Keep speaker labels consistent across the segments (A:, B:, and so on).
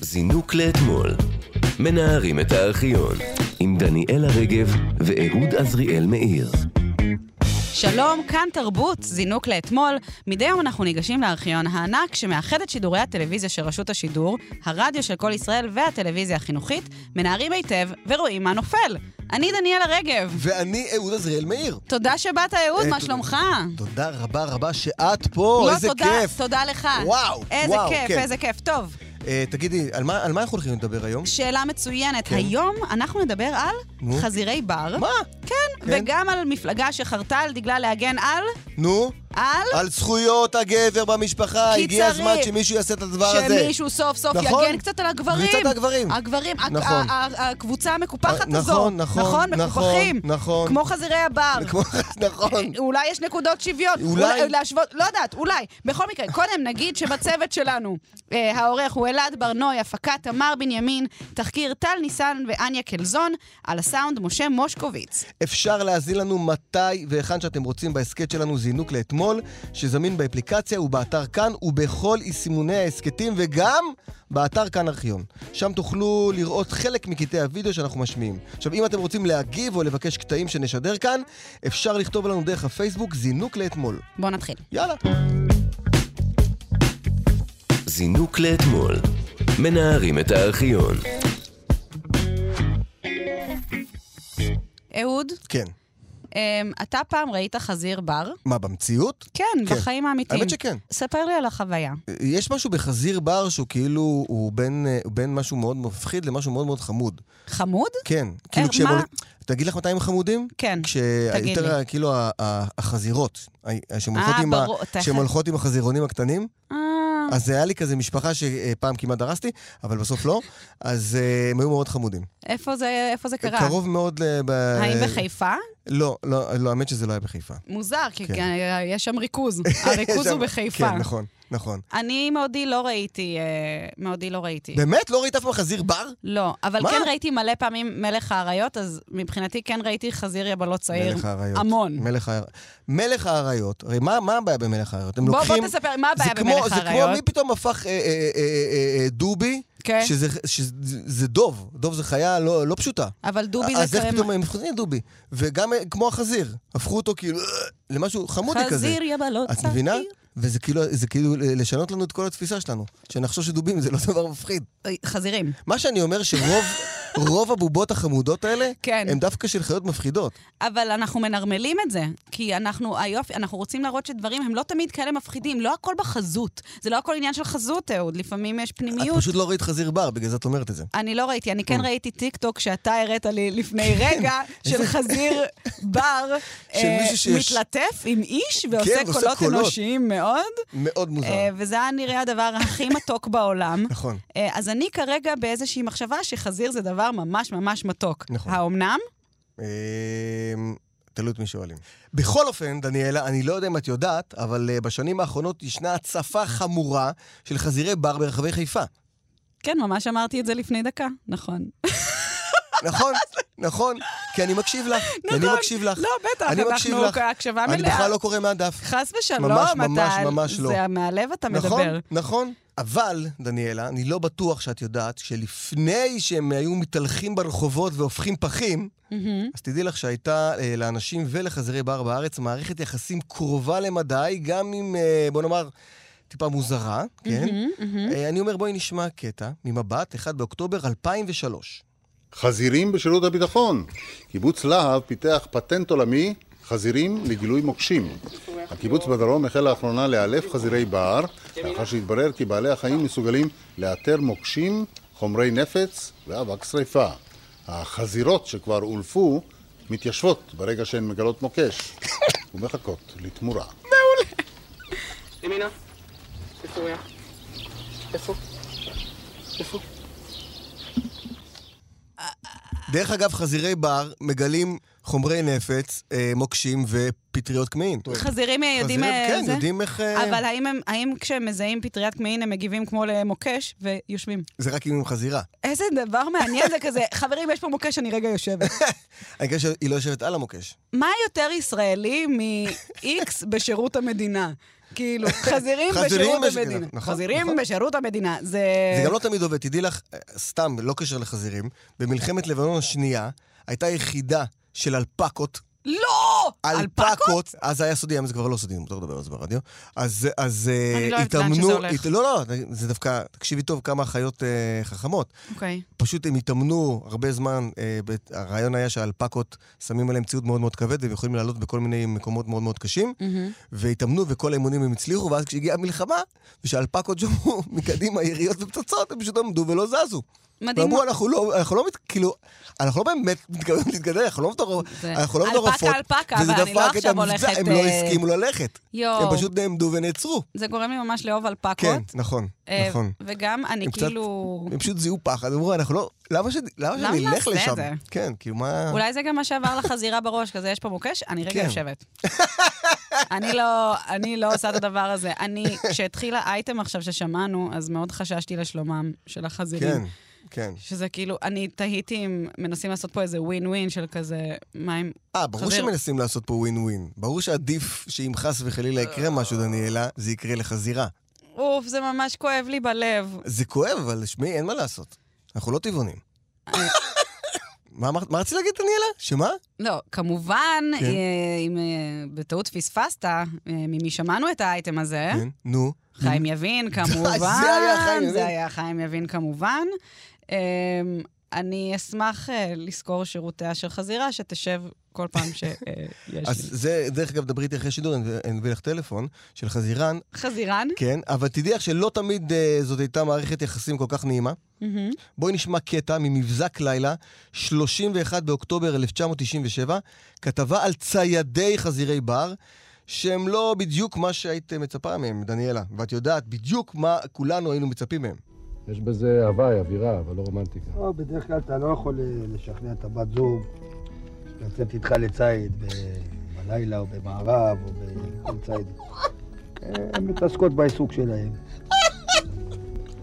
A: זינוק לאתמול. מנערים את הארכיון עם דניאלה רגב ואהוד עזריאל מאיר.
B: שלום, כאן תרבות, זינוק לאתמול. מדי יום אנחנו ניגשים לארכיון הענק שמאחד את שידורי הטלוויזיה של רשות השידור, הרדיו של כל ישראל והטלוויזיה החינוכית, מנערים היטב ורואים מה נופל. אני דניאלה רגב.
C: ואני אהוד עזריאל מאיר.
B: תודה שבאת, אהוד,
C: אה,
B: מה
C: תודה.
B: שלומך?
C: תודה רבה רבה שאת פה,
B: לא,
C: איזה
B: תודה,
C: כיף.
B: תודה לך.
C: וואו,
B: איזה
C: וואו,
B: כיף,
C: כן.
B: איזה כיף. טוב,
C: אה, תגידי, על מה על מה אנחנו הולכים לדבר היום?
B: שאלה מצוינת.
C: כן.
B: היום אנחנו נדבר על
C: נו.
B: חזירי בר.
C: מה?
B: כן,
C: כן.
B: וגם על מפלגה שחרתה על דגלה להגן על...
C: נו,
B: על...
C: על זכויות הגבר במשפחה,
B: כי
C: הגיע
B: צריך.
C: הזמן שמישהו יעשה את הדבר הזה.
B: שמישהו סוף סוף
C: נכון.
B: יגן קצת על הגברים.
C: קצת על הגברים.
B: הגברים, הק-
C: נכון.
B: ה- ה- הקבוצה המקופחת
C: אה,
B: הזו.
C: נכון, נכון, נכון,
B: מקופחים.
C: נכון.
B: כמו חזירי הבר.
C: כמו- נכון.
B: אולי יש נקודות שוויון.
C: אולי.
B: להשוות, לא יודעת, אולי. בכל מקרה, קודם נגיד שבצוות שלנו, אה, העורך הוא אלעד ברנוי, הפקה תמר בנימין, תחקיר טל ניסן ואניה קלזון, על הסאונד משה מושקוביץ.
C: אפשר להזין לנו מתי והיכן שאתם רוצים בהסכת שלנו זינוק לאתמול, שזמין באפליקציה ובאתר כאן ובכל סימוני ההסכתים וגם באתר כאן ארכיון. שם תוכלו לראות חלק מקטעי הוידאו שאנחנו משמיעים. עכשיו, אם אתם רוצים להגיב או לבקש קטעים שנשדר כאן, אפשר לכתוב לנו דרך הפייסבוק זינוק לאתמול.
B: בואו נתחיל.
C: יאללה.
A: זינוק לאתמול. מנערים את הארכיון
B: אהוד,
C: כן.
B: אה, אתה פעם ראית חזיר בר?
C: מה, במציאות?
B: כן,
C: כן.
B: בחיים האמיתיים.
C: האמת שכן.
B: ספר לי על החוויה.
C: יש משהו בחזיר בר שהוא כאילו, הוא בין, אה, הוא בין משהו מאוד מפחיד למשהו מאוד מאוד חמוד.
B: חמוד?
C: כן. כאילו כשהם...
B: מה?
C: עולים- תגיד לך מתי הם חמודים?
B: כן, תגיד
C: כשיותר,
B: לי.
C: כאילו, ה- ה- החזירות, ה- שהן הולכות
B: אה,
C: עם ה-
B: ברור, תכף.
C: שהן הולכות עם החזירונים הקטנים.
B: אה,
C: אז זה היה לי כזה משפחה שפעם כמעט דרסתי, אבל בסוף לא. אז אה, הם היו מאוד חמודים.
B: איפה זה, איפה זה קרה?
C: קרוב מאוד ל... ב-
B: האם בחיפה?
C: לא, לא, לא, האמת שזה לא היה בחיפה.
B: מוזר, כי
C: כן.
B: כן, יש שם ריכוז. הריכוז
C: שם-
B: הוא בחיפה.
C: כן, נכון, נכון.
B: אני מעודי לא ראיתי, אה, מעודי לא ראיתי.
C: באמת? לא ראית אף פעם חזיר בר?
B: לא, אבל
C: מה?
B: כן ראיתי מלא פעמים מלך האריות, אז מבחינתי כן ראיתי חזיר יבלות צעיר.
C: מלך האריות.
B: המון.
C: מלך האריות. מלך האריות, הרי מה, מה הבעיה במלך האריות? הם
B: בוא- בוא
C: לוקחים...
B: תספר, מה
C: זה
B: הבעיה
C: כמו-
B: במלך
C: זה כמו
B: האריות?
C: מי פתאום הפך אה, אה, אה, אה, דובי,
B: כן.
C: שזה, שזה זה דוב, דוב זה חיה לא, לא פשוטה.
B: אבל דובי
C: אז
B: זה
C: איך פתאום
B: קרם...
C: הם חוזרים לדובי? וגם אה, כמו החזיר, הפכו אותו כאילו אה, למשהו חמודי כזה.
B: חזיר יבלות
C: את
B: צעיר.
C: מבינה? וזה כאילו, זה כאילו לשנות לנו את כל התפיסה שלנו, שנחשוב שדובים זה לא דבר מפחיד.
B: אוי, אה, חזירים.
C: מה שאני אומר שרוב רוב הבובות החמודות האלה,
B: כן.
C: הן דווקא של חיות מפחידות.
B: אבל אנחנו מנרמלים את זה, כי אנחנו, היופי, אנחנו רוצים להראות שדברים הם לא תמיד כאלה מפחידים, לא הכל בחזות. זה לא הכל עניין של חזות, אהוד, לפעמים יש
C: את
B: פנימיות.
C: פשוט לא ראית חזיר בר, בגלל זה את אומרת את זה.
B: אני לא ראיתי, אני כן ראיתי טיק טוק שאתה הראת לי לפני רגע, של חזיר בר
C: כן. של
B: אה,
C: מישהו שיש-
B: מתלטף עם איש ועושה
C: כן, ועושה
B: קולות
C: קולות.
B: אנושיים מאוד,
C: מאוד מוזר.
B: אה, וזה היה נראה הדבר הכי מתוק בעולם.
C: נכון.
B: אה, אז אני כרגע באיזושהי מחשבה שחזיר זה דבר ממש ממש מתוק.
C: נכון.
B: האומנם?
C: אמ, תלוי את מי שואלים. בכל אופן, דניאלה, אני לא יודע אם את יודעת, אבל אה, בשנים האחרונות ישנה הצפה חמורה של חזירי בר ברחבי חיפה.
B: כן, ממש אמרתי את זה לפני דקה, נכון.
C: נכון, נכון, כי אני מקשיב לך. כי אני
B: נכון.
C: מקשיב לך.
B: לא, בטח,
C: אני
B: אנחנו
C: מקשיב לך.
B: הקשבה
C: אני
B: מלאה.
C: בכלל לא קורא מהדף.
B: חס ושלום,
C: ממש,
B: אתה...
C: ממש, ממש לא.
B: זה מהלב אתה
C: נכון,
B: מדבר.
C: נכון. אבל, דניאלה, אני לא בטוח שאת יודעת שלפני שהם היו מתהלכים ברחובות והופכים פחים,
B: מהמם.
C: אז תדעי לך שהייתה אה, לאנשים ולחזירי בר בארץ מערכת יחסים קרובה למדי, גם אם, אה, בוא נאמר, טיפה מוזרה, כן? אה, אני אומר, בואי נשמע קטע ממבט, 1 באוקטובר 2003.
D: חזירים בשירות הביטחון. קיבוץ להב פיתח פטנט עולמי, חזירים לגילוי מוקשים. הקיבוץ בדרום החל לאחרונה לאלף חזירי בר, לאחר שהתברר כי בעלי החיים מסוגלים לאתר מוקשים, חומרי נפץ ואבק שרפה. החזירות שכבר אולפו מתיישבות ברגע שהן מגלות מוקש ומחכות לתמורה.
E: ימינה. איפה הוא היה? איפה? איפה?
C: דרך אגב, חזירי בר מגלים חומרי נפץ, אה, מוקשים ופטריות כמהין.
B: חזירים יודעים...
C: חזירים,
B: אה,
C: כן,
B: זה?
C: יודעים איך... אה,
B: אבל האם, הם, האם כשהם מזהים פטריית כמהין הם מגיבים כמו למוקש ויושבים?
C: זה רק אם הם חזירה.
B: איזה דבר מעניין זה כזה, חברים, יש פה מוקש, אני רגע יושבת.
C: אני חושב שהיא לא יושבת על המוקש.
B: מה יותר ישראלי מ-X בשירות המדינה? כאילו, חזירים
C: חזירים
B: בשירות
C: בש-
B: המדינה.
C: נכון,
B: חזירים
C: נכון.
B: בשירות המדינה. זה...
C: זה גם לא תמיד עובד. תדעי לך, אה, סתם, לא קשר לחזירים, במלחמת לבנון השנייה הייתה יחידה של אלפקות.
B: לא!
C: אלפקות, אז היה סודי, היום זה כבר לא סודי, מותר לדבר על זה ברדיו. אז, אז אה,
B: אני לא אוהבת לאן
C: התאמנו...
B: שזה הולך.
C: הת- לא, לא, זה דווקא, תקשיבי טוב כמה חיות אה, חכמות.
B: אוקיי.
C: פשוט הם התאמנו הרבה זמן, אה, ב- הרעיון היה שהאלפקות שמים עליהם ציוד מאוד מאוד כבד והם יכולים לעלות בכל מיני מקומות מאוד מאוד קשים,
B: Mm-hmm.
C: והתאמנו וכל האימונים הם הצליחו, ואז כשהגיעה המלחמה, ושהאלפקות שמעו מקדימה יריות ופצצות, הם פשוט עמדו ולא זזו.
B: מדהים.
C: ואמרו, אנחנו לא, אנחנו לא, מת, כאילו, אנחנו לא באמת מתכוונים להתגדל, אנחנו לא מטורפות,
B: זה-
C: אנחנו לא
B: אלפקה,
C: מטורפות.
B: אלפקה,
C: וזה
B: אבל אני
C: דפק
B: לא
C: את
B: עכשיו
C: המבצע,
B: הולכת,
C: הם לא
B: אה,
C: הסכימו ללכת.
B: יואו.
C: הם פשוט נעמדו ונעצרו.
B: זה גורם לי ממש לאהוב אלפקות.
C: כן, נכון,
B: אה,
C: נכון.
B: וגם אני
C: הם קצת-
B: כאילו...
C: הם פשוט זיהו פחד, אמרו, אנחנו לא... למה ש- למה
B: למה
C: שאני אלך
B: נעשה את
C: לשם?
B: זה?
C: כן, כאילו, מה...
B: אולי זה גם מה שעבר לחזירה בראש, כזה יש פה מוקש, אני רגע
C: כן.
B: יושבת. אני לא, אני לא עושה את הדבר הזה. אני, כשהתחיל האייטם עכשיו ששמענו, אז מאוד חששתי לשלומם של החזירים.
C: כן, כן.
B: שזה כאילו, אני תהיתי אם מנסים לעשות פה איזה ווין ווין של כזה, מה אם...
C: אה, ברור
B: חזיר-
C: שמנסים לעשות פה ווין ווין. ברור שעדיף שאם חס וחלילה יקרה משהו, דניאלה, זה יקרה לחזירה.
B: אוף, זה ממש כואב לי בלב.
C: זה כואב, אבל שמעי, אין מה לעשות. אנחנו לא טבעונים. מה אמרת? מה רצית להגיד, דניאלה? שמה?
B: לא, כמובן,
C: כן.
B: אה, אם אה, בטעות פספסת, אה, ממי שמענו את האייטם הזה,
C: כן. נו.
B: חיים יבין, כמובן.
C: זה היה חיים יבין.
B: זה היה חיים יבין, כמובן. אמ, אני אשמח אה, לזכור שירותיה של חזירה, שתשב כל פעם
C: אז
B: שיש לי.
C: זה, דרך אגב, דברי איתי אחרי שידור, אני אני אביא לך טלפון של חזירן,
B: חזירן?
C: כן, אבל תדעי לך שלא תמיד אה, זאת הייתה מערכת יחסים כל כך נעימה.
B: מהמם.
C: בואי נשמע קטע ממבזק לילה, 31 באוקטובר 1997, כתבה על ציידי חזירי בר, שהם לא בדיוק מה שהיית מצפה מהם, דניאלה, ואת יודעת בדיוק מה כולנו היינו מצפים מהם.
F: יש בזה הוואי, אווירה, אבל לא רומנטיקה.
G: לא, בדרך כלל אתה לא יכול אה, לשכנע את הבת זוג לצאת איתך לציד ב- בלילה או במערב או בכל ציד. אה, הן מתעסקות בעיסוק שלהן.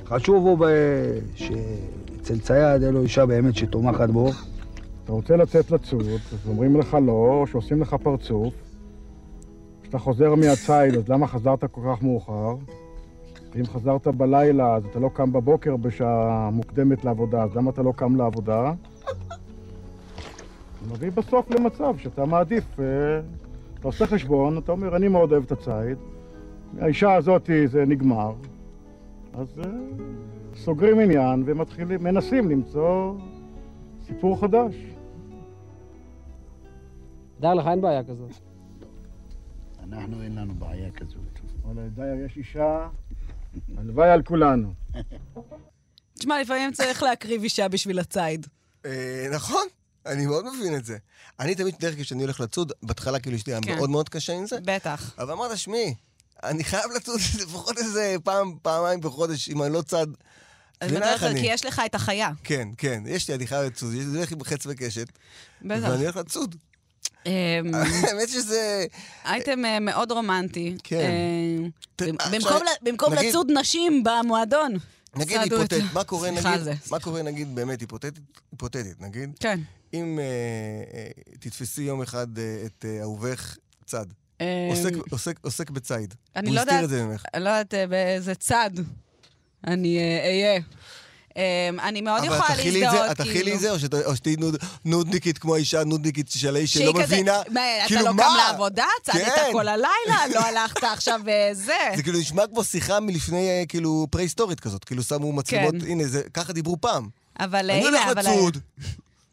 G: חשוב הוא ב- שאצל צייד אין לו אישה באמת שתומכת בו.
F: אתה רוצה לצאת לצוד, אז אומרים לך לא, שעושים לך פרצוף. כשאתה חוזר מהציד, אז למה חזרת כל כך מאוחר? ואם חזרת בלילה, אז אתה לא קם בבוקר בשעה מוקדמת לעבודה, אז למה אתה לא קם לעבודה? זה מביא בסוף למצב שאתה מעדיף, אה, אתה עושה חשבון, אתה אומר, אני מאוד אוהב את הציד, האישה הזאת זה נגמר, אז אה, סוגרים עניין ומתחילים, מנסים למצוא סיפור חדש.
H: דע לך, אין בעיה כזאת.
G: אנחנו אין לנו בעיה כזאת.
F: וואלה, די, יש אישה, הלוואי על כולנו.
B: תשמע, לפעמים צריך להקריב אישה בשביל הציד.
C: אה, נכון, אני מאוד מבין את זה. אני תמיד, דרך אגב, כשאני הולך לצוד, בהתחלה כאילו אשתי היה
B: כן.
C: מאוד מאוד קשה עם זה,
B: בטח.
C: אבל אמרת, שמי, אני חייב לצוד לפחות איזה פעם, פעמיים בחודש, אם אני לא צד.
B: אז
C: מבינה
B: בדרך
C: איך
B: כלל,
C: אני?
B: כי יש לך את החיה.
C: כן, כן, יש לי, אני חייב לצוד, יש לי הולך עם חץ וקשת,
B: בטח.
C: ואני הולך לצוד.
B: אמ,
C: האמת שזה...
B: אייטם אה, מאוד רומנטי.
C: כן.
B: אה,
C: ת-
B: במ-
C: עכשיו,
B: במקום ל- במקום
C: נגיד-
B: לצוד נשים במועדון,
C: נגיד
B: צעדו את-
C: היפותטית, מה קורה
B: סליחה על
C: נגיד,
B: זה.
C: מה קורה נגיד באמת היפותטית, היפותטית נגיד,
B: כן.
C: אם אה, אה, תתפסי יום אחד אה, את אה, אהובך צד,
B: אה,
C: עוסק, עוסק, עוסק בציד,
B: אני
C: הוא
B: לא
C: הסתיר
B: יודעת-
C: את זה ממך.
B: אני לא יודעת אה, באיזה צד אני אה, אהיה. אה, אני מאוד
C: אבל
B: יכולה
C: תאכילי את זה,
B: להזדהות,
C: את תאכילי את
B: כאילו.
C: זה, או שת- או שתהיי נוד- נודניקית כמו האישה הנודניקית שלה, שלא
B: שהיא כזה,
C: מבינה,
B: מה,
C: כאילו
B: אתה לא
C: מה?
B: קם לעבודה? צעדת
C: כן.
B: כל הלילה? לא הלכת עכשיו אה, זה?
C: זה כאילו נשמע כמו שיחה מלפני, אה, כאילו, פרה-היסטורית כזאת, כאילו שמו מצלמות,
B: כן.
C: הנה, זה- ככה דיברו פעם.
B: אבל אה, הנה,
C: אני הולך
B: אבל... אה,
C: לצוד,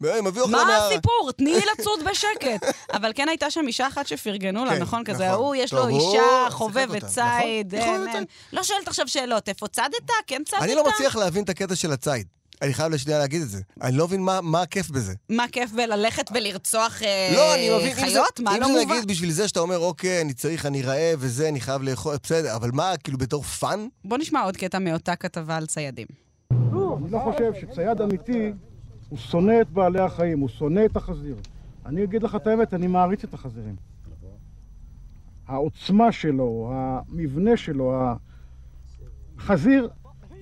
C: והם הביאו
B: מה
C: אחלה מה...
B: הסיפור? תני לי לצוד בשקט. אבל כן הייתה שם אישה אחת שפרגנו לה,
C: כן,
B: נכון?
C: נכון.
B: כזה, ההוא, יש
C: טוב,
B: לו
C: הוא
B: אישה
C: שיחק
B: חובבת
C: אותה,
B: ציד.
C: נכון.
B: אין,
C: נכון,
B: אין. לא שואלת עכשיו שאלות, איפה צדת? כן צדת?
C: אני לא מצליח להבין את הקטע של הציד. אני חייב לשנייה להגיד את זה. אני לא מבין מה, מה הכיף בזה.
B: מה כיף בללכת ולרצוח אה,
C: לא, אני מבין, אם זה,
B: חיות? מה
C: אם
B: לא
C: זה
B: מובן?
C: נגיד בשביל זה שאתה אומר, אוקיי, אני צריך, אני רעב וזה, אני חייב לאכול, בסדר, אבל מה, כאילו בתור פאן?
B: בוא נשמע עוד קטע מאותה כתבה על ציידים.
F: אני לא חושב שצייד אמיתי, הוא שונא את בעלי החיים, הוא שונא את החזיר. אני אגיד לך את האמת, אני מעריץ את החזירים. העוצמה שלו, המבנה שלו, החזיר,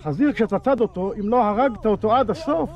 F: חזיר כשאתה צד אותו, אם לא הרגת אותו עד הסוף,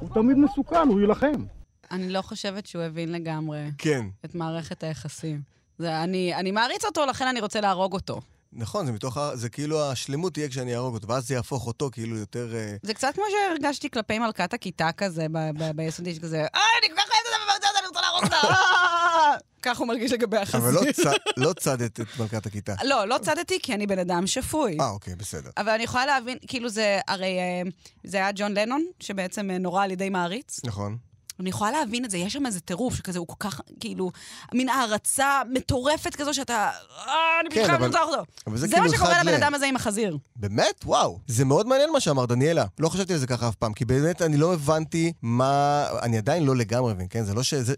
F: הוא תמיד מסוכן, הוא יילחם.
B: אני לא חושבת שהוא הבין לגמרי
C: כן.
B: את מערכת היחסים. זה, אני, אני מעריץ אותו, לכן אני רוצה להרוג אותו.
C: נכון, זה מתוך ה... זה כאילו השלמות תהיה כשאני אהרוג אותו, ואז זה יהפוך אותו כאילו יותר... אה,
B: זה קצת כמו שהרגשתי כלפי מלכת הכיתה כזה, ב- ב- ביסודי, שכזה, אה, אני כל כך אוהבת אותה ומרצה אותה, אני רוצה להרוג אותה, אה!" כך הוא מרגיש לגבי
C: אבל לא
B: החזיר.
C: צ- לא צדת את מלכת הכיתה.
B: לא, לא צדתי, כי אני בן אדם שפוי.
C: אה, אוקיי, בסדר.
B: אבל אני יכולה להבין, כאילו זה, הרי אה, זה היה ג'ון לנון, שבעצם אה, נורה על ידי מעריץ.
C: נכון.
B: אני יכולה להבין את זה, יש שם איזה טירוף שכזה, הוא כל כך, כאילו, מין הערצה מטורפת כזו שאתה, אה, אני
C: כן,
B: בכלל
C: אבל-
B: רוצה אותו.
C: אבל זה
B: זה מה
C: כאילו
B: שקורה
C: אחד ל-
B: לבן אדם הזה עם החזיר.
C: באמת? וואו. זה מאוד מעניין מה שאמר דניאלה. לא חשבתי על זה ככה אף פעם, כי באמת אני לא הבנתי מה... אני עדיין לא לגמרי מבין, כן? זה לא ש... זה,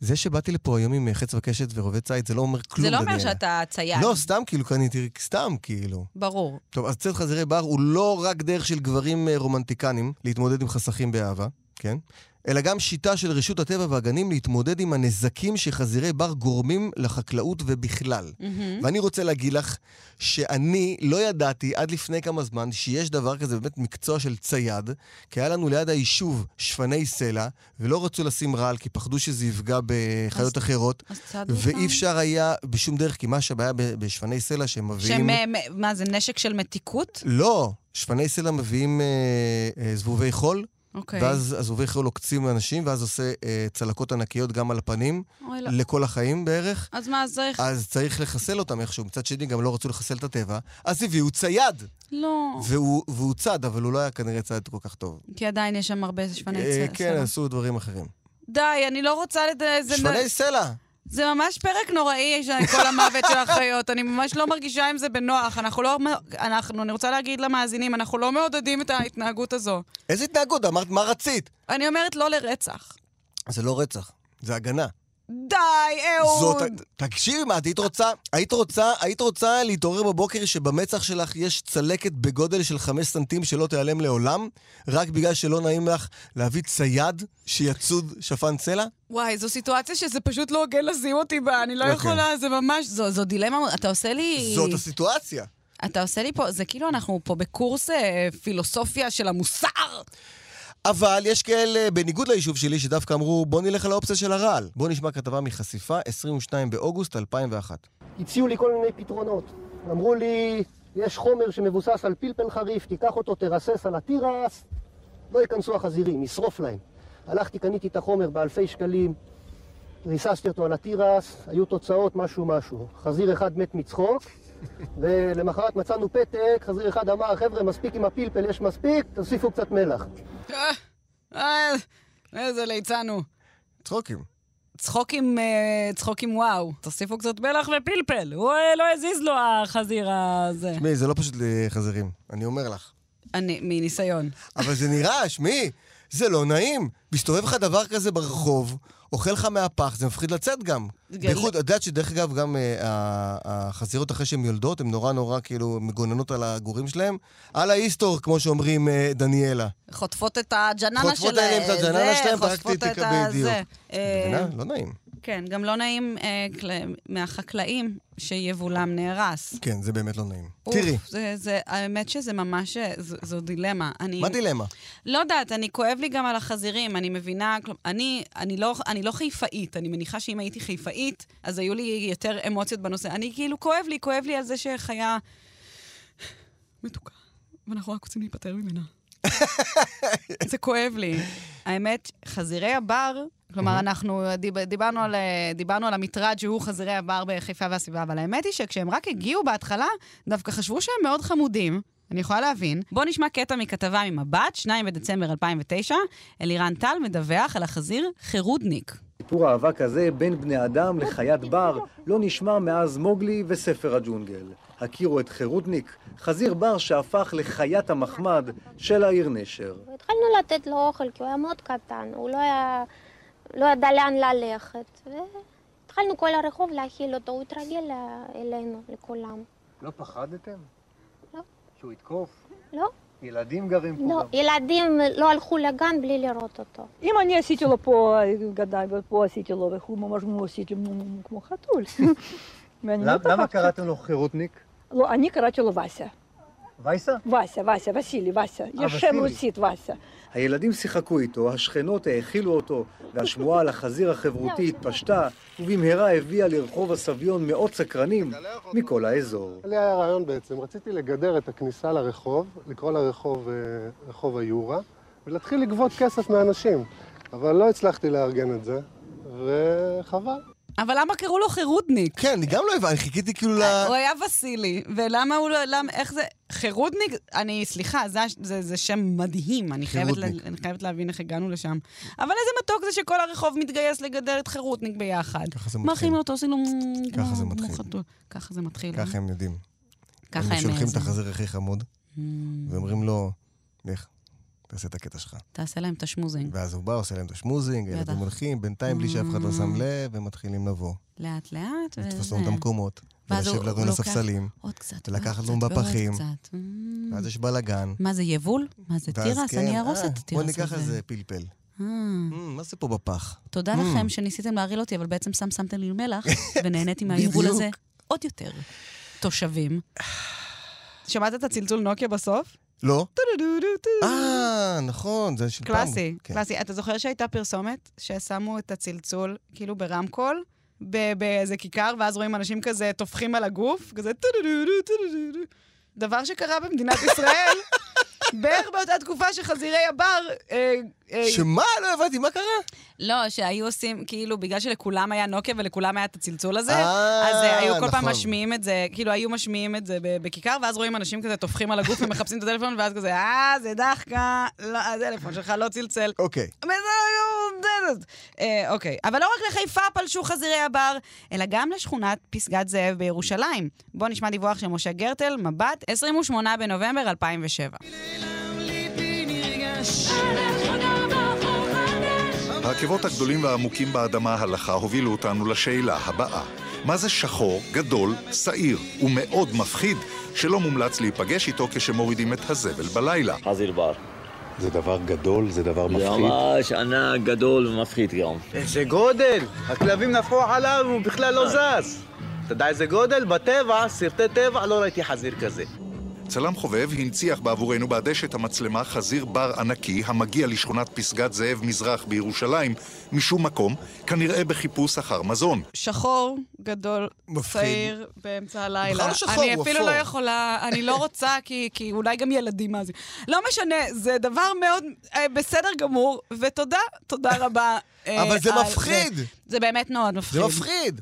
C: זה שבאתי לפה היום עם חץ וקשת ורובה ציד, זה לא אומר כלום,
B: זה לא
C: דניאלה.
B: אומר שאתה צייד,
C: לא, סתם כאילו קניתי, סתם כאילו.
B: ברור.
C: טוב, אז צאת חזירי בר הוא לא רק דרך של גברים אה, רומנטיקנים להתמודד עם חסכים באהבה, כן? אלא גם שיטה של רשות הטבע והגנים להתמודד עם הנזקים שחזירי בר גורמים לחקלאות ובכלל.
B: מהמם.
C: ואני רוצה להגיד לך שאני לא ידעתי עד לפני כמה זמן שיש דבר כזה, באמת מקצוע של צייד, כי היה לנו ליד היישוב שפני סלע, ולא רצו לשים רעל כי פחדו שזה יפגע בחיות אחרות,
B: אז אה? צעדו אותם.
C: ואי אפשר היה בשום דרך, כי מה שהבעיה ב- בשפני סלע שהם מביאים...
B: שהם, אה, מ- מה זה, נשק של מתיקות?
C: לא, שפני סלע מביאים אה, אה, זבובי חול, okay.
B: אוקיי.
C: ואז הזבובי חול עוקצים אנשים, ואז עושה אה, צלקות ענקיות גם על הפנים,
B: אוי, לא.
C: לכל החיים בערך.
B: אז מה, אז צריך...
C: אז צריך לחסל אותם איכשהו. מצד שני, גם לא רצו לחסל את הטבע, אז הביאו צייד.
B: לא.
C: והוא, והוא צד, אבל הוא לא היה כנראה צד כל כך טוב.
B: כי עדיין יש שם הרבה שפני
C: אה,
B: צ-
C: כן,
B: סלע.
C: עשו דברים אחרים.
B: די, אני לא רוצה לד... זה,
C: שפני סלע!
B: זה ממש פרק נוראי, שאני- כל המוות של החיות. אני ממש לא מרגישה עם זה בנוח. אנחנו לא... מ- אנחנו, אני רוצה להגיד למאזינים, אנחנו לא מעודדים את ההתנהגות הזו.
C: איזה התנהגות? אמרת מה רצית?
B: אני אומרת לא לרצח.
C: זה לא רצח, זה הגנה.
B: די,
C: זאת...
B: אהוד!
C: תקשיבי, מה, את היית רוצה, היית רוצה, היית רוצה להתעורר בבוקר שבמצח שלך יש צלקת בגודל של חמש סנטים שלא תיעלם לעולם, רק בגלל שלא נעים לך להביא צייד שיצוד שפן סלע?
B: וואי, זו סיטואציה שזה פשוט לא הוגן לשים אותי בה, אני לא
C: אוקיי.
B: יכולה, זה ממש... זו, זו דילמה, אתה עושה לי...
C: זאת הסיטואציה.
B: אתה עושה לי פה, זה כאילו אנחנו פה בקורס אה, פילוסופיה של המוסר.
C: אבל יש כאלה, בניגוד ליישוב שלי, שדווקא אמרו, בוא נלך על האופציה של הרעל. בוא נשמע כתבה מחשיפה, 22 באוגוסט 2001.
I: הציעו לי כל מיני פתרונות. אמרו לי, יש חומר שמבוסס על פלפל חריף, תיקח אותו, תרסס על התירס, לא ייכנסו החזירים, ישרוף להם. הלכתי, קניתי את החומר באלפי שקלים, ריססתי אותו על התירס, היו תוצאות משהו משהו. חזיר אחד מת מצחוק, ולמחרת מצאנו פתק, חזיר אחד אמר, חבר'ה, מספיק עם הפלפל, יש מספיק, תוסיפו קצת מלח.
B: אה, אה, איזה ליצן הוא.
C: צחוקים.
B: צחוקים, אה, צחוקים וואו. תוסיפו קצת מלח ופלפל. הוא אה, לא הזיז לו החזיר הזה.
C: תשמעי, זה לא פשוט לחזירים, אני אומר לך.
B: אני, מניסיון.
C: אבל זה נראה, שמי, זה לא נעים. מסתובב לך דבר כזה ברחוב, אוכל לך מהפח, זה מפחיד לצאת גם.
B: גל-
C: בייחוד, את יודעת שדרך אגב, גם אה, ה- החזירות אחרי שהן יולדות, הן נורא נורא כאילו מגוננות על הגורים שלהם. על ההיסטור, כמו שאומרים אה, דניאלה.
B: חוטפות את הג'ננה שלהם.
C: חוטפות עליהם את הג'ננה
B: זה,
C: שלהם,
B: חוטפות
C: טרקטיקה
B: את ה-
C: בדיוק.
B: זה. אה,
C: מבינה? לא נעים.
B: כן, גם לא נעים אה, כל- מהחקלאים שיבולם נהרס.
C: כן, זה באמת לא נעים.
B: אוף,
C: תראי,
B: זה- זה- האמת שזה ממש, אה, זו- זו דילמה. אני-
C: מה הדילמה?
B: לא יודעת, אני כואב לי גם על החזירים, אני מבינה, כל- אני, אני, לא, אני לא חיפאית, אני מניחה שאם הייתי חיפאית, אז היו לי יותר אמוציות בנושא. אני כאילו, כואב לי, כואב לי על זה שחיה מתוקה, ואנחנו רק רוצים להיפטר ממנה. זה כואב לי. האמת, חזירי הבר, כלומר, אנחנו דיב, דיברנו, על, אה, דיברנו על המטרד שהוא חזירי הבר בחיפה והסביבה, אבל האמת היא שכשהם רק הגיעו בהתחלה, דווקא חשבו שהם מאוד חמודים. אני יכולה להבין. בואו נשמע קטע מכתבה ממבט, 2 בדצמבר 2009, אלירן טל מדווח על החזיר חירודניק.
J: סיפור האבק הזה בין בני אדם לחיית בר לא נשמע מאז מוגלי וספר הג'ונגל. הכירו את חירותניק, חזיר בר שהפך לחיית המחמד של העיר נשר.
K: התחלנו לתת לו אוכל כי הוא היה מאוד קטן, הוא לא, היה, לא ידע לאן ללכת. והתחלנו כל הרחוב להאכיל אותו, הוא התרגל אלינו, לכולם.
J: לא פחדתם?
K: לא.
J: שהוא יתקוף?
K: לא.
J: ילדים גרים
K: לא, ילדים לא הלכו לגן בלי לראות אותו.
L: אם אני עשיתי לו פה, גדל ופה עשיתי לו, וכו', ממש הוא עשיתי לו כמו חתול. ואני לא פחדתי.
J: לו חירותניק?
L: לא, אני קראתי לו וסיה.
J: וייסה?
L: Вася, Вася, Василий, Вася.
J: אה,
L: ישם
J: וסילי.
L: מוצית, Вася.
J: הילדים שיחקו איתו, השכנות האכילו אותו, והשמועה על החזיר החברותי התפשטה, ובמהרה הביאה לרחוב הסביון מאות סקרנים מכל האזור.
M: לי היה רעיון בעצם, רציתי לגדר את הכניסה לרחוב, לקרוא לרחוב אה, רחוב היורה, ולהתחיל לגבות כסף מאנשים. אבל לא הצלחתי לארגן את זה, וחבל.
B: אבל למה קראו לו חירודניק?
C: כן, אני גם לא הבנתי, חיכיתי כאילו ל...
B: הוא היה וסילי, ולמה הוא לא... למה, איך זה... חירודניק, אני, סליחה, זה, זה, זה שם מדהים, אני חייבת, לה,
C: חירודניק.
B: אני חייבת להבין איך הגענו לשם. אבל איזה מתוק זה שכל הרחוב מתגייס לגדל את חירודניק ביחד. ככה
C: זה
B: מה
C: מתחיל.
B: אחים אותו עשינו...
C: ככה זה
B: כמו
C: מתחיל.
B: חתול. ככה זה מתחיל. אה?
C: ככה הם יודעים.
B: ככה
C: הם
B: הם
C: שולחים את
B: זה.
C: החזיר הכי חמוד,
B: Mm.
C: ואומרים לו, לך, תעשה את הקטע שלך.
B: תעשה להם את השמוזינג.
C: ואז הוא בא, עושה להם את השמוזינג,
B: בטח. Mm.
C: הילדים הולכים, בינתיים בלי שאף אחד לא שם לב, הם מתחילים לבוא.
B: לאט לאט.
C: לתפוס
B: וזה.
C: לנו את המקומות,
B: ואז הוא-
C: ולשב לנו
B: הוא
C: על
B: לוקח
C: הספסלים,
B: עוד קצת, עוד
C: ולקחת לנו
B: קצת ועוד
C: בפחים,
B: קצת.
C: ואז יש בלאגן.
B: מה זה, יבול? מה Mm. זה,
C: ואז
B: תירס?
C: כן,
B: אני אהרוס
C: אה,
B: את התירס הזה.
C: בוא ניקח איזה פלפל.
B: אה.
C: "מ, מה זה פה בפח?
B: תודה
C: "מ,
B: לכם שניסיתם להרעיל אותי, אבל בעצם סתם שמתם לי מלח, ונהניתי מהיבול הזה עוד יותר. תושבים. שמעת את הצלצול נוקיה בסוף?
C: לא. אה, נכון, זה של פעם.
B: קלאסי,
C: כן.
B: קלאסי. אתה זוכר שהייתה פרסומת ששמו את הצלצול, כאילו ברמקול, ב- באיזה כיכר, ואז רואים אנשים כזה טופחים על הגוף, כזה טו-דו-דו-דו, טו-דו-דו-דו. דבר שקרה במדינת ישראל, בערך באותה תקופה שחזירי הבר... אה, אה,
C: שמה? לא הבנתי, מה קרה?
B: לא, שהיו עושים, כאילו, בגלל שלכולם היה נוקיה ולכולם היה את הצלצול הזה,
C: אה,
B: אז אה, היו כל פעם
C: נכון.
B: משמיעים את זה, כאילו, היו משמיעים את זה ב- בכיכר, ואז רואים אנשים כזה טופחים על הגוף ומחפשים את הטלפון, ואז כזה, אה, זה דחקה, לא, הטלפון שלך לא צלצל.
C: אוקיי.
B: בסדר, גמור, בסדר. אה, אוקיי. אבל לא רק לחיפה פלשו חזירי הבר, אלא גם לשכונת פסגת זאב בירושלים. בואו נשמע דיווח של משה גרטל, מבט, 28 בנובמבר 2007.
N: העקבות הגדולים והעמוקים באדמה הלכה הובילו אותנו לשאלה הבאה: מה זה שחור, גדול, שעיר ומאוד מפחיד, שלא מומלץ להיפגש איתו כשמורידים את הזבל בלילה? חזיר בר.
O: זה דבר גדול, זה דבר
N: מפחיד.
O: ממש ענק, גדול ומפחיד גם.
P: איזה גודל! הכלבים נפחו עליו, הוא בכלל לא
O: אה.
P: זז. אתה יודע איזה גודל? בטבע, סרטי טבע, לא ראיתי חזיר כזה.
N: צלם חובב הנציח בעבורנו בעדשת המצלמה חזיר בר ענקי המגיע לשכונת פסגת זאב מזרח בירושלים משום מקום, כנראה בחיפוש אחר מזון.
B: שחור, גדול,
N: מפחיד.
B: צעיר, באמצע הלילה.
N: בכלל לא שחור,
B: אני
N: הוא
B: אפילו
N: אפור.
B: לא יכולה, אני לא רוצה, כי, כי אולי גם ילדים מאזינים. לא משנה, זה דבר מאוד אה, בסדר גמור, ותודה, תודה רבה. אה,
C: אבל זה
B: על
C: מפחיד.
B: זה, זה באמת מאוד מפחיד.
C: זה מפחיד.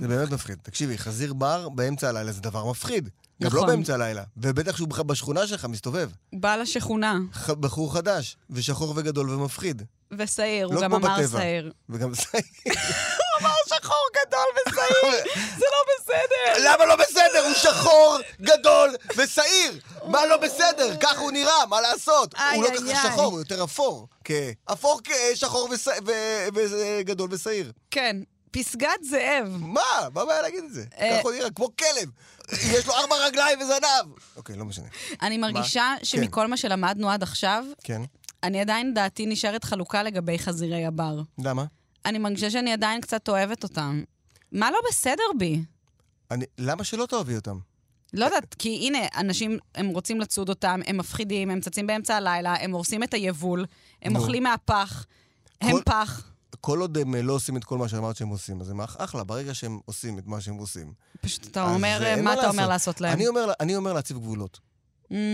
C: זה באמת מפחיד. תקשיבי, חזיר בר באמצע הלילה זה דבר מפחיד. גם לא
B: נכון.
C: באמצע הלילה. ובטח שהוא בכלל בשכונה שלך מסתובב.
B: בא לשכונה,
C: ח- בחור חדש, ושחור וגדול ומפחיד.
B: ושעיר, הוא
C: לא
B: גם
C: כמו
B: אמר
C: בטבע.
B: שעיר.
C: וגם שעיר.
B: הוא אמר שחור גדול ושעיר, זה לא בסדר.
C: למה לא בסדר? הוא שחור, גדול ושעיר. מה לא בסדר? ככה הוא נראה, מה לעשות?
B: איי,
C: הוא לא
B: איי,
C: ככה
B: איי.
C: שחור, הוא יותר אפור. כ- אפור, כ- שחור ושע- ו- וגדול ושעיר.
B: כן, פסגת זאב.
C: מה? מה הבעיה להגיד את זה?
B: אה.
C: ככה הוא נראה, כמו כלב. יש לו ארבע רגליים וזנב. אוקיי, לא משנה.
B: אני מרגישה
C: מה?
B: שמכל מה שלמדנו עד עכשיו,
C: כן.
B: אני עדיין, דעתי נשארת חלוקה לגבי חזירי הבר.
C: למה?
B: אני מרגישה שאני עדיין קצת אוהבת אותם. מה לא בסדר בי?
C: אני, למה שלא תאהבי אותם?
B: לא יודעת, כי הנה, אנשים, הם רוצים לצוד אותם, הם מפחידים, הם צצים באמצע הלילה, הם הורסים את היבול, הם
C: נו.
B: אוכלים מהפח, הם
C: כל-
B: פח.
C: כל עוד הם אה, לא עושים את כל מה שאמרת שהם עושים, אז הם אח- אחלה, ברגע שהם עושים את מה שהם עושים.
B: פשוט אתה
C: אז,
B: אומר,
C: אה, אין
B: מה אתה אומר לעשות להם? Mm.
C: אני אומר, לה- אני אומר להציב גבולות.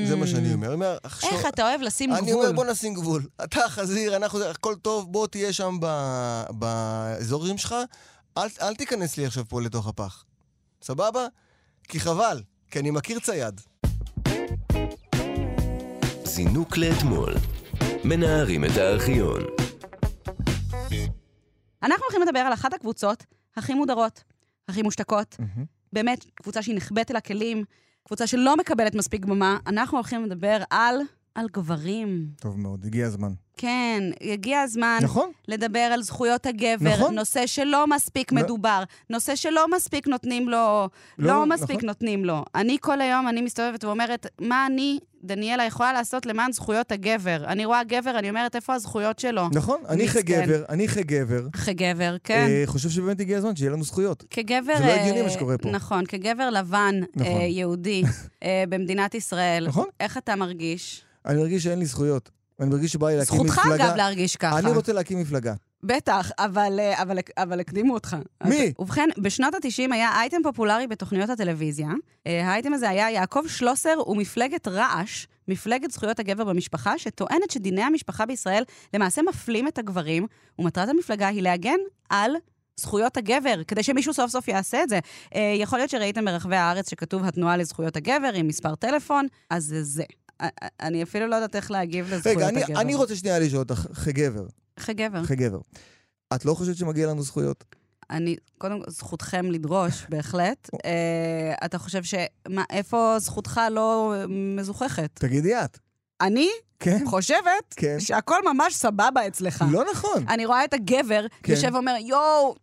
C: זה מה שאני אומר. אני אומר, עכשיו-
B: איך אתה אוהב לשים
C: אני
B: גבול?
C: אומר, בוא נשים גבול. אתה חזיר, אנחנו זה, הכל טוב, בוא תהיה שם ב- באזורים שלך. אל, אל תיכנס לי עכשיו פה לתוך הפח. סבבה? כי חבל, כי אני מכיר צייד.
A: זינוק לאתמול. מנערים את הארכיון.
B: אנחנו הולכים לדבר על אחת הקבוצות הכי מודרות, הכי מושתקות, באמת, קבוצה שהיא נחבאת אל הכלים, קבוצה שלא מקבלת מספיק במה. אנחנו הולכים לדבר על... על גברים.
Q: טוב מאוד, הגיע הזמן.
B: כן, הגיע הזמן
Q: נכון.
B: לדבר על זכויות הגבר,
Q: נכון.
B: נושא שלא מספיק
Q: לא-
B: מדובר, נושא שלא מספיק נותנים לו, לא,
Q: לא,
B: מספיק
Q: נכון.
B: נותנים לו. אני כל היום, אני מסתובבת ואומרת, מה אני דניאלה יכולה לעשות למען זכויות הגבר. אני רואה גבר, אני אומרת, איפה הזכויות שלו?
C: נכון, אני
B: מסכן.
C: כגבר, אני כגבר,
B: כגבר, כן.
C: אה, חושב שבאמת הגיע הזמן שיהיה לנו זכויות.
B: כגבר...
C: זה לא הגיוני
B: אה,
C: מה שקורה פה.
B: נכון, כגבר לבן,
C: נכון.
B: אה, יהודי, אה, במדינת ישראל, איך אתה מרגיש?
C: אני מרגיש שאין לי זכויות. אני מרגיש שבא לי להקים מפלגה.
B: זכותך, אגב, להרגיש ככה.
C: אני רוצה להקים מפלגה.
B: בטח, אבל, אה, אבל, אבל הקדימו אותך.
C: מי?
B: ובכן, בשנות ה-90 היה אייטם פופולרי בתוכניות הטלוויזיה. אה, האייטם הזה היה יעקב שלוסר ומפלגת רעש, מפלגת זכויות הגבר במשפחה, שטוענת שדיני המשפחה בישראל למעשה מפלים את הגברים, ומטרת המפלגה היא להגן על... זכויות הגבר, כדי שמישהו סוף סוף יעשה את זה. אה, יכול להיות שראיתם ברחבי הארץ שכתוב התנועה לזכויות הגבר עם מספר טלפון, אז זה זה. אה, אה, אני אפילו לא יודעת איך להגיב לזכויות
C: רגע, אני-
B: הגבר.
C: אני רוצה שנייה לשאול אותך, כגבר,
B: כגבר.
C: כגבר, את לא חושבת שמגיע לנו זכויות?
B: אני, קודם כל, זכותכם לדרוש, בהחלט. אה, אתה חושב ש... מה, איפה זכותך לא אה, מזוככת?
C: תגידי את.
B: אני
C: כן.
B: נכון. חושבת
C: כן.
B: שהכל ממש סבבה אצלך.
C: לא נכון.
B: אני רואה את הגבר
C: כן.
B: יושב ואומר, יואו,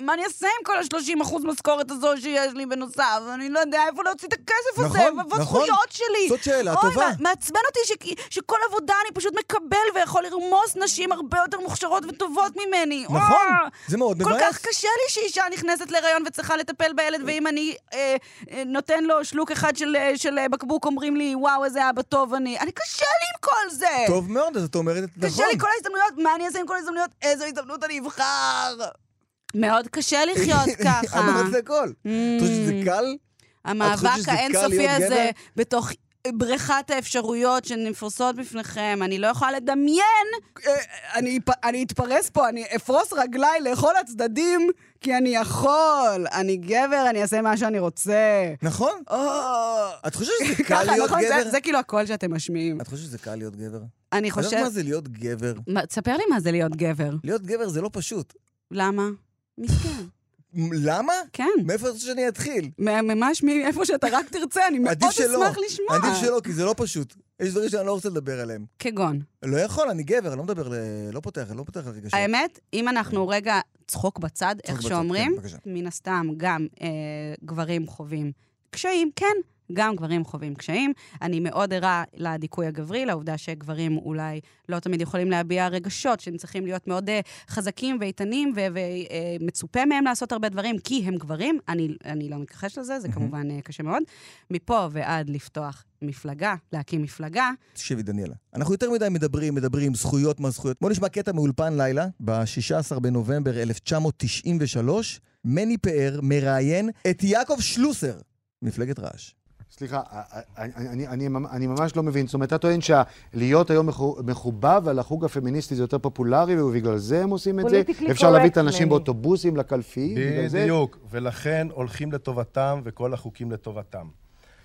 B: מה אני אעשה עם כל ה-30% משכורת הזו שיש לי בנוסף? אני לא יודע איפה להוציא את הכסף הזה,
C: נכון,
B: ואיפה
C: נכון.
B: הזכויות שלי?
C: זאת שאלה
B: אוי,
C: טובה.
B: מה- מעצבן אותי ש- שכל עבודה אני פשוט מקבל ויכול לרמוס נשים הרבה יותר מוכשרות וטובות ממני.
C: נכון,
B: אה,
C: זה מאוד
B: כל
C: מבאס.
B: כך קשה לי שאישה נכנסת להיריון וצריכה לטפל בילד, ואם אני אה, אה, נותן לו שלוק אחד של, אה, של אה, בקבוק, אומרים לי, וואו, איזה אבא טוב אני. אני, קשה לי עם כל זה!
C: טוב מאוד, אז את אומרת את
B: קשה
C: נכון.
B: אה. לי כל ההזדמנויות, מה אני אעשה עם כל ההזדמנויות? איזו הזדמנות אני אבחר? מאוד קשה לחיות ככה. Mm.
C: אמרת את הכל. את חושבת שזה קל? את חושבת
B: המאבק
C: שזה קל
B: האינסופי
C: להיות
B: הזה
C: גבר?
B: בתוך בריכת האפשרויות שנפרסות בפניכם, אני לא יכולה לדמיין. אה, אני אפ- אני אתפרס פה, אני אפרוס רגליי לכל הצדדים, כי אני יכול. אני גבר, אני אעשה מה שאני רוצה.
C: נכון. את חושבת שזה קל
B: ככה,
C: להיות
B: נכון? זה-
C: גבר?
B: זה כאילו הקול שאתם משמיעים.
C: את חושבת שזה קל להיות גבר?
B: אני
C: את יודעת
B: חושבת...
C: מה זה להיות גבר?
B: מה- תספר לי מה זה להיות גבר.
C: להיות גבר זה לא פשוט.
B: למה? מסכן.
C: למה?
B: כן.
C: מאיפה את רוצה שאני אתחיל?
B: ממש מאיפה שאתה רק תרצה, אני מאוד
C: עדיף שלא.
B: אשמח לשמוע.
C: עדיף שלא, כי זה לא פשוט. יש דברים שאני לא רוצה לדבר עליהם.
B: כגון.
C: לא יכול, אני גבר, אני לא מדבר, ל- לא פותח, אני לא פותח רגשות.
B: האמת, אם אנחנו רגע צחוק בצד, איך
C: בצד,
B: שאומרים,
C: כן, בבקשה.
B: מן הסתם גם אה, גברים חווים קשיים, כן. גם גברים חווים קשיים. אני מאוד ערה לדיכוי הגברי, לעובדה שגברים אולי לא תמיד יכולים להביע רגשות, שהם צריכים להיות מאוד אה, חזקים ואיתנים, ומצופה מהם לעשות הרבה דברים, כי הם גברים. אני, אני לא מתכחש לזה, זה כמובן אה, קשה מאוד. מפה ועד לפתוח מפלגה, להקים מפלגה,
C: תקשיבי, דניאלה. אנחנו יותר מדי מדברים, מדברים, זכויות מה זכויות. בואו נשמע קטע מאולפן לילה, ב-16 בנובמבר 1993, מני פאר מראיין את יעקב שלוסר, מפלגת רעש.
D: סליחה, אני, אני, אני, אני ממש לא מבין. זאת אומרת, אתה טוען שלהיות היום מחו- מחובב על החוג הפמיניסטי זה יותר פופולרי, ובגלל זה הם עושים את זה?
J: Politically
D: אפשר להביא את
J: correct,
D: הנשים
J: מני.
D: באוטובוסים לקלפי? בגלל זה?
J: בדיוק, ולכן הולכים לטובתם וכל החוקים לטובתם.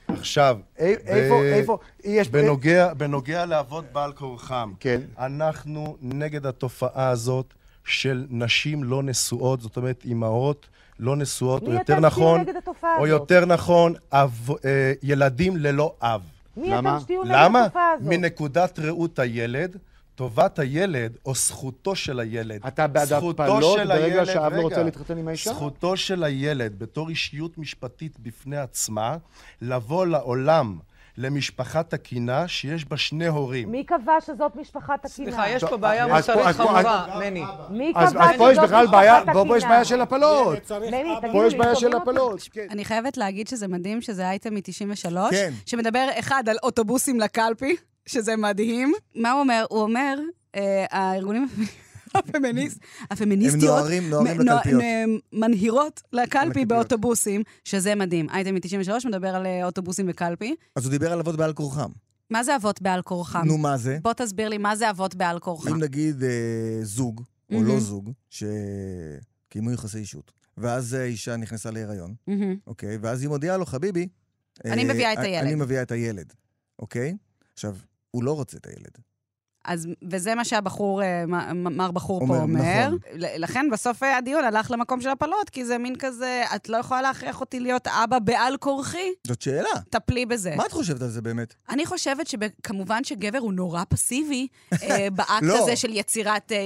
J: עכשיו,
D: אי- איפה,
J: ב-
D: איפה, יש...
J: בנוגע, בנוגע לאבות בעל כורחם,
D: כן.
J: אנחנו נגד התופעה הזאת של נשים לא נשואות, זאת אומרת אימהות לא נשואות,
R: מי
J: או
R: אתה
J: יותר
R: שתהיה
J: נכון,
R: נגד התופעה
J: או
R: הזאת?
J: יותר נכון, אב, אה, ילדים ללא אב.
R: מי אתה למה? שתהיו נגד
J: למה?
R: התופעה הזאת?
J: מנקודת ראות הילד, טובת הילד או זכותו של הילד.
D: אתה בעד
J: זכותו
D: הפלות
J: של
D: ברגע
J: הילד-
D: שהאב לא
J: רגע,
D: רוצה להתחתן עם האישה?
J: זכותו של הילד, בתור אישיות משפטית בפני עצמה, לבוא לעולם, למשפחה תקינה שיש בה שני הורים.
R: מי קבע שזאת משפחה תקינה?
F: סליחה, יש פה
J: טוב,
F: בעיה
J: אז פה-
F: מוסרית
J: אז פה-
F: חמורה,
J: אז-
F: מני.
R: מי
F: А,
D: אז-
R: קבע
D: אז פה יש
R: שזאת
D: בכלל בעיה-
R: משפחה
D: בוא- פה יש
R: תקינה?
D: בעיה של הפלות. ילד צריך
R: מני,
D: אבא.
R: תגידו
D: פה יש
R: לי,
D: בעיה של
R: שומעים אותך?
D: הפלות.
B: אני חייבת להגיד שזה מדהים שזה אייטם מ-93,
D: כן.
B: שמדבר אחד על אוטובוסים לקלפי, שזה מדהים. מה הוא אומר? הוא אומר, אה, הארגונים הפמיניסט, הפמיניסטיות...
C: הם נוהרים- נוהרים
B: מ- נו-
C: לקלפיות.
B: מ- מנהירות לקלפי באוטובוסים, שזה מדהים. אייטם מ-93 מדבר על אה, אוטובוסים וקלפי.
C: אז הוא דיבר על אבות בעל כורחם.
B: מה זה אבות בעל כורחם?
C: נו, מה זה?
B: בוא תסביר לי, מה זה אבות בעל כורחם?
C: אם נגיד אה, זוג, או
B: מהמם.
C: לא זוג, שקיימו יחסי אישות, ואז האישה נכנסה להיריון,
B: מהמם.
C: אוקיי? ואז היא מודיעה לו, חביבי...
B: אני
C: אה,
B: מביאה את
C: אה,
B: הילד."
C: אני מביאה את הילד, אוקיי? עכשיו, הוא לא רוצה את הילד.
B: אז, וזה מה שהבחור, אה, מ- מ- מר בחור פה
C: אומר,
B: אומר.
C: נכון.
B: ל- לכן בסוף אה, הדיון הלך למקום של הפלות, כי זה מין כזה, את לא יכולה להכריח אותי להיות אבא בעל כורחי,
C: זאת שאלה.
B: טפלי בזה.
C: מה את חושבת על זה באמת?
B: אני חושבת שכמובן שגבר הוא נורא פסיבי אה, באקט
C: לא.
B: הזה של יצירת אה, אה,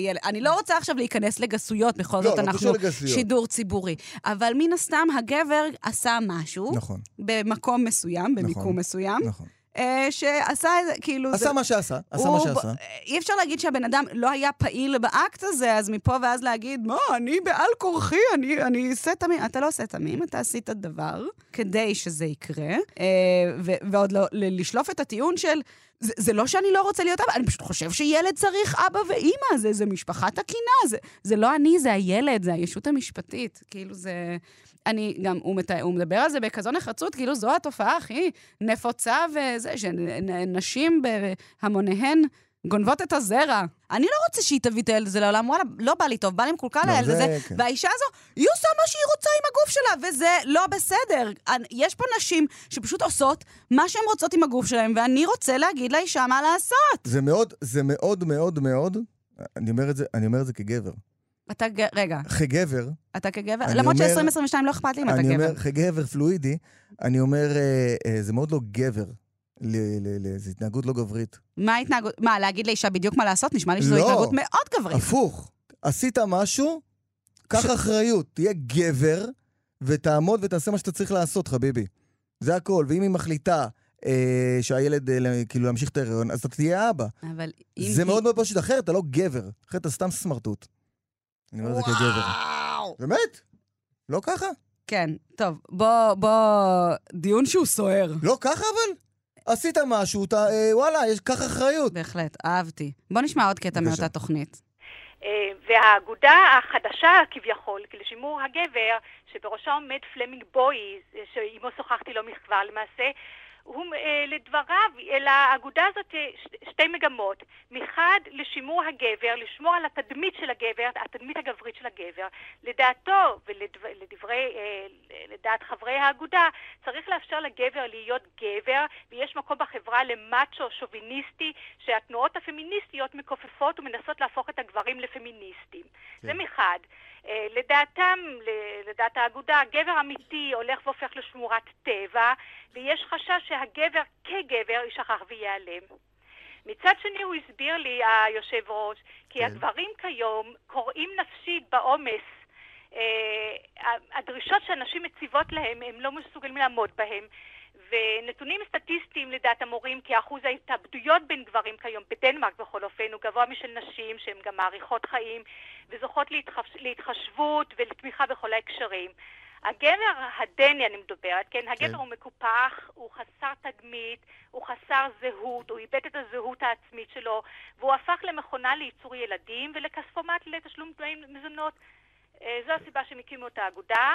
B: ילד. אני לא רוצה עכשיו להיכנס לגסויות, בכל
C: לא,
B: זאת
C: לא
B: אנחנו
C: קשור לגסויות.
B: שידור ציבורי. אבל מן הסתם הגבר עשה משהו
C: נכון.
B: במקום מסוים, במיקום מסוים.
C: נכון.
S: אה, שעשה, איזה- כאילו...
C: עשה
S: זה-
C: מה שעשה, עשה מה
S: הוא-
C: שעשה.
S: אי אפשר להגיד שהבן אדם לא היה פעיל באקט הזה, אז מפה ואז להגיד, מה, אני בעל כורחי, אני, אני עושה תמים. אתה לא עושה תמים, אתה עשית דבר כדי שזה יקרה, אה, ו- ועוד לא, ל- לשלוף את הטיעון של, זה, זה לא שאני לא רוצה להיות אבא, אני פשוט חושב שילד צריך אבא ואימא, זה, זה משפחת הקינה, זה, זה לא אני, זה הילד, זה הישות המשפטית. כאילו, זה... אני גם, הוא, מת... הוא מדבר על זה בכזו נחרצות, כאילו זו התופעה הכי נפוצה וזה, שנשים בהמוניהן גונבות את הזרע.
B: אני לא רוצה שהיא תביא את הילד הזה לעולם, וואלה, לא בא לי טוב, בא לי מקולקל
S: לא,
B: לילד
S: זה
B: הזה.
S: כן.
B: והאישה הזו, היא עושה מה שהיא רוצה עם הגוף שלה, וזה לא בסדר. אנ- יש פה נשים שפשוט עושות מה שהן רוצות עם הגוף שלהן, ואני רוצה להגיד לאישה מה לעשות.
C: זה מאוד, זה מאוד מאוד מאוד, אני אומר את זה, אני אומר את זה כגבר.
B: אתה ג... רגע,
C: כגבר,
B: אתה כגבר?
C: אני
B: למרות
C: אומר-
B: ש-2022 לא אכפת לי אם אתה
C: אני
B: גבר.
C: אומר, כגבר פלואידי, אני אומר, אה, אה, זה מאוד לא גבר. ל- ל- ל- זו התנהגות לא גברית.
B: מה ההתנהגות? מה, להגיד לאישה בדיוק מה לעשות? נשמע לי שזו
C: לא.
B: התנהגות מאוד גברית.
C: הפוך. עשית משהו, קח אחריות, תהיה גבר, ותעמוד ותעשה מה שאתה צריך לעשות, חביבי. זה הכל. ואם היא מחליטה אה, שהילד, אה, ל- כאילו, להמשיך את ההיריון, אז אתה תהיה אבא.
B: אבל אם
C: זה
B: היא-
C: מאוד מאוד פשוט, אחרת אתה לא גבר. אחרת אתה סתם סמרטוט. אני אומר את זה כגבר. באמת? לא ככה?
B: כן, טוב, בוא, בוא, דיון שהוא סוער.
C: לא ככה אבל? עשית משהו, אתה, אה, וואלה, יש כך אחריות.
B: בהחלט, אהבתי. בוא נשמע עוד קטע מאותה תוכנית.
R: אה, והאגודה החדשה כביכול לשימור הגבר, שבראשה עומד פלמינג בוי, אה, שעימו שוחחתי לא מכבר למעשה, הוא, אה, לדבריו, אה, לאגודה הזאת אה, ש- שתי מגמות. מחד, לשימור הגבר, לשמור על התדמית של הגבר, התדמית הגברית של הגבר. לדעתו ולדברי, לדעת חברי האגודה, צריך לאפשר לגבר להיות גבר, ויש מקום בחברה למאצ'ו שוביניסטי, שהתנועות הפמיניסטיות מכופפות ומנסות להפוך את הגברים לפמיניסטים. זה מחד. אה, לדעתם, ל- לדעת האגודה, גבר אמיתי הולך והופך לשמורת טבע, ויש חשש שהגבר כגבר יישכח וייעלם. מצד שני הוא הסביר לי, היושב ראש, כי הגברים כיום כורעים נפשית בעומס. אה, הדרישות שהנשים מציבות להם, הם לא מסוגלים לעמוד בהם. ונתונים סטטיסטיים לדעת המורים, כי אחוז ההתאבדויות בין גברים כיום, בדנמרק בכל אופן, הוא גבוה משל נשים שהן גם מאריכות חיים וזוכות להתחש... להתחשבות ולתמיכה בכל ההקשרים. הגבר הדני, אני מדברת, כן, הגבר
T: כן.
R: הוא מקופח, הוא חסר תדמית, הוא חסר זהות, הוא איבד את הזהות העצמית שלו, והוא הפך למכונה לייצור ילדים ולכספומט לתשלום דמי מזונות. אה, זו הסיבה שהם הקימו את האגודה,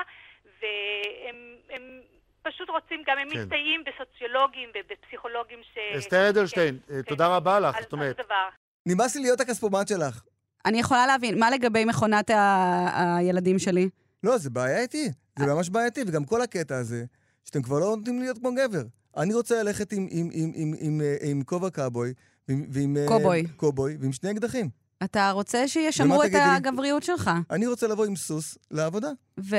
R: והם הם פשוט רוצים, גם הם
U: כן.
R: מסתייעים בסוציולוגים ובפסיכולוגים ש... כן,
U: אסתר אדלשטיין, אה, תודה רבה לך, זאת אומרת.
C: נמאס לי להיות הכספומט שלך.
B: אני יכולה להבין, מה לגבי מכונת ה- הילדים שלי?
C: לא, זה בעיה איתי. זה
B: אה.
C: ממש בעייתי, וגם כל הקטע הזה, שאתם כבר לא נותנים לי להיות כמו גבר. אני רוצה ללכת עם- עם- עם- עם- עם, אה, עם כובע קאבוי, ועם- ועם... אה,
B: קובוי.
C: קובוי, ועם שני אקדחים.
B: אתה רוצה שישמרו
C: ומה
B: את
C: תגידי לי?
B: הגבריות שלך.
C: אני רוצה לבוא עם סוס לעבודה.
B: ו...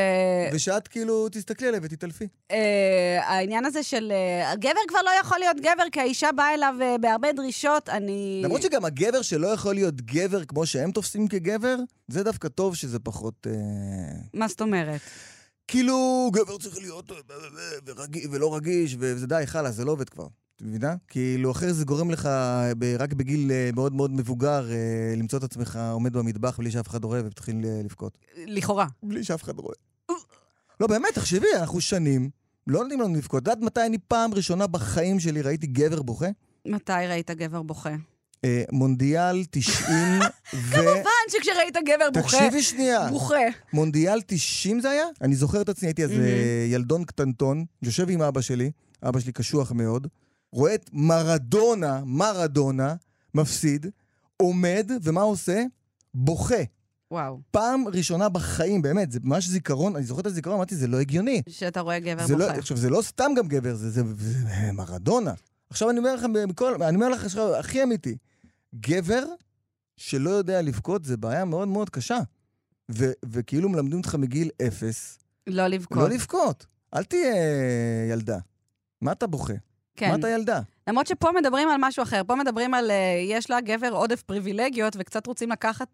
C: ושאת כאילו תסתכלי עליה ותתעלפי.
B: אה, העניין הזה של אה, הגבר כבר לא יכול להיות גבר, כי האישה באה אליו אה, בהרבה דרישות, אני...
C: למרות שגם הגבר שלא יכול להיות גבר כמו שהם תופסים כגבר, זה דווקא טוב שזה פחות... אה,
B: מה זאת אומרת?
C: כאילו, גבר צריך להיות אה, אה, אה, ורגיש- ולא רגיש, וזה די, חלאס, זה לא עובד כבר. את מבינה? כאילו, אחרי זה גורם לך, אה, ב- רק בגיל אה, מאוד מאוד מבוגר, אה, למצוא את עצמך עומד במטבח בלי שאף אחד רואה ותתחיל אה, לבכות.
B: לכאורה.
C: בלי שאף אחד רואה. לא, באמת, תחשבי, אנחנו שנים, לא נותנים לנו לבכות. את יודעת מתי אני פעם ראשונה בחיים שלי ראיתי גבר בוכה?
B: מתי ראית גבר בוכה?
C: אה, מונדיאל 90 ו...
B: כמובן שכשראית גבר בוכה...
C: תקשיבי שנייה.
B: בוכה.
C: מונדיאל 90 זה היה? אני זוכר את עצמי, הייתי אז
B: מהמם.
C: אה, ילדון קטנטון, יושב עם אבא שלי, אבא שלי קשוח מאוד, רואה את מרדונה, מרדונה, מפסיד, עומד, ומה עושה? בוכה.
B: וואו.
C: פעם ראשונה בחיים, באמת, זה ממש זיכרון, אני זוכר את הזיכרון, אמרתי, זה לא הגיוני.
B: שאתה רואה גבר
C: זה לא,
B: בוכה.
C: עכשיו, זה לא סתם גם גבר, זה, זה, זה, זה מרדונה. עכשיו אני אומר לכם, מכל, אני אומר לך עכשיו, הכי אמיתי, גבר שלא יודע לבכות זה בעיה מאוד מאוד קשה. ו, וכאילו מלמדים אותך מגיל אפס,
B: לא לבכות.
C: לא לבכות. אל תהיה ילדה. אה, מה אתה בוכה?
B: כן.
C: מה אתה ילדה?
B: למרות שפה מדברים על משהו אחר, פה מדברים על אה, יש לה גבר עודף פריבילגיות וקצת רוצים לקחת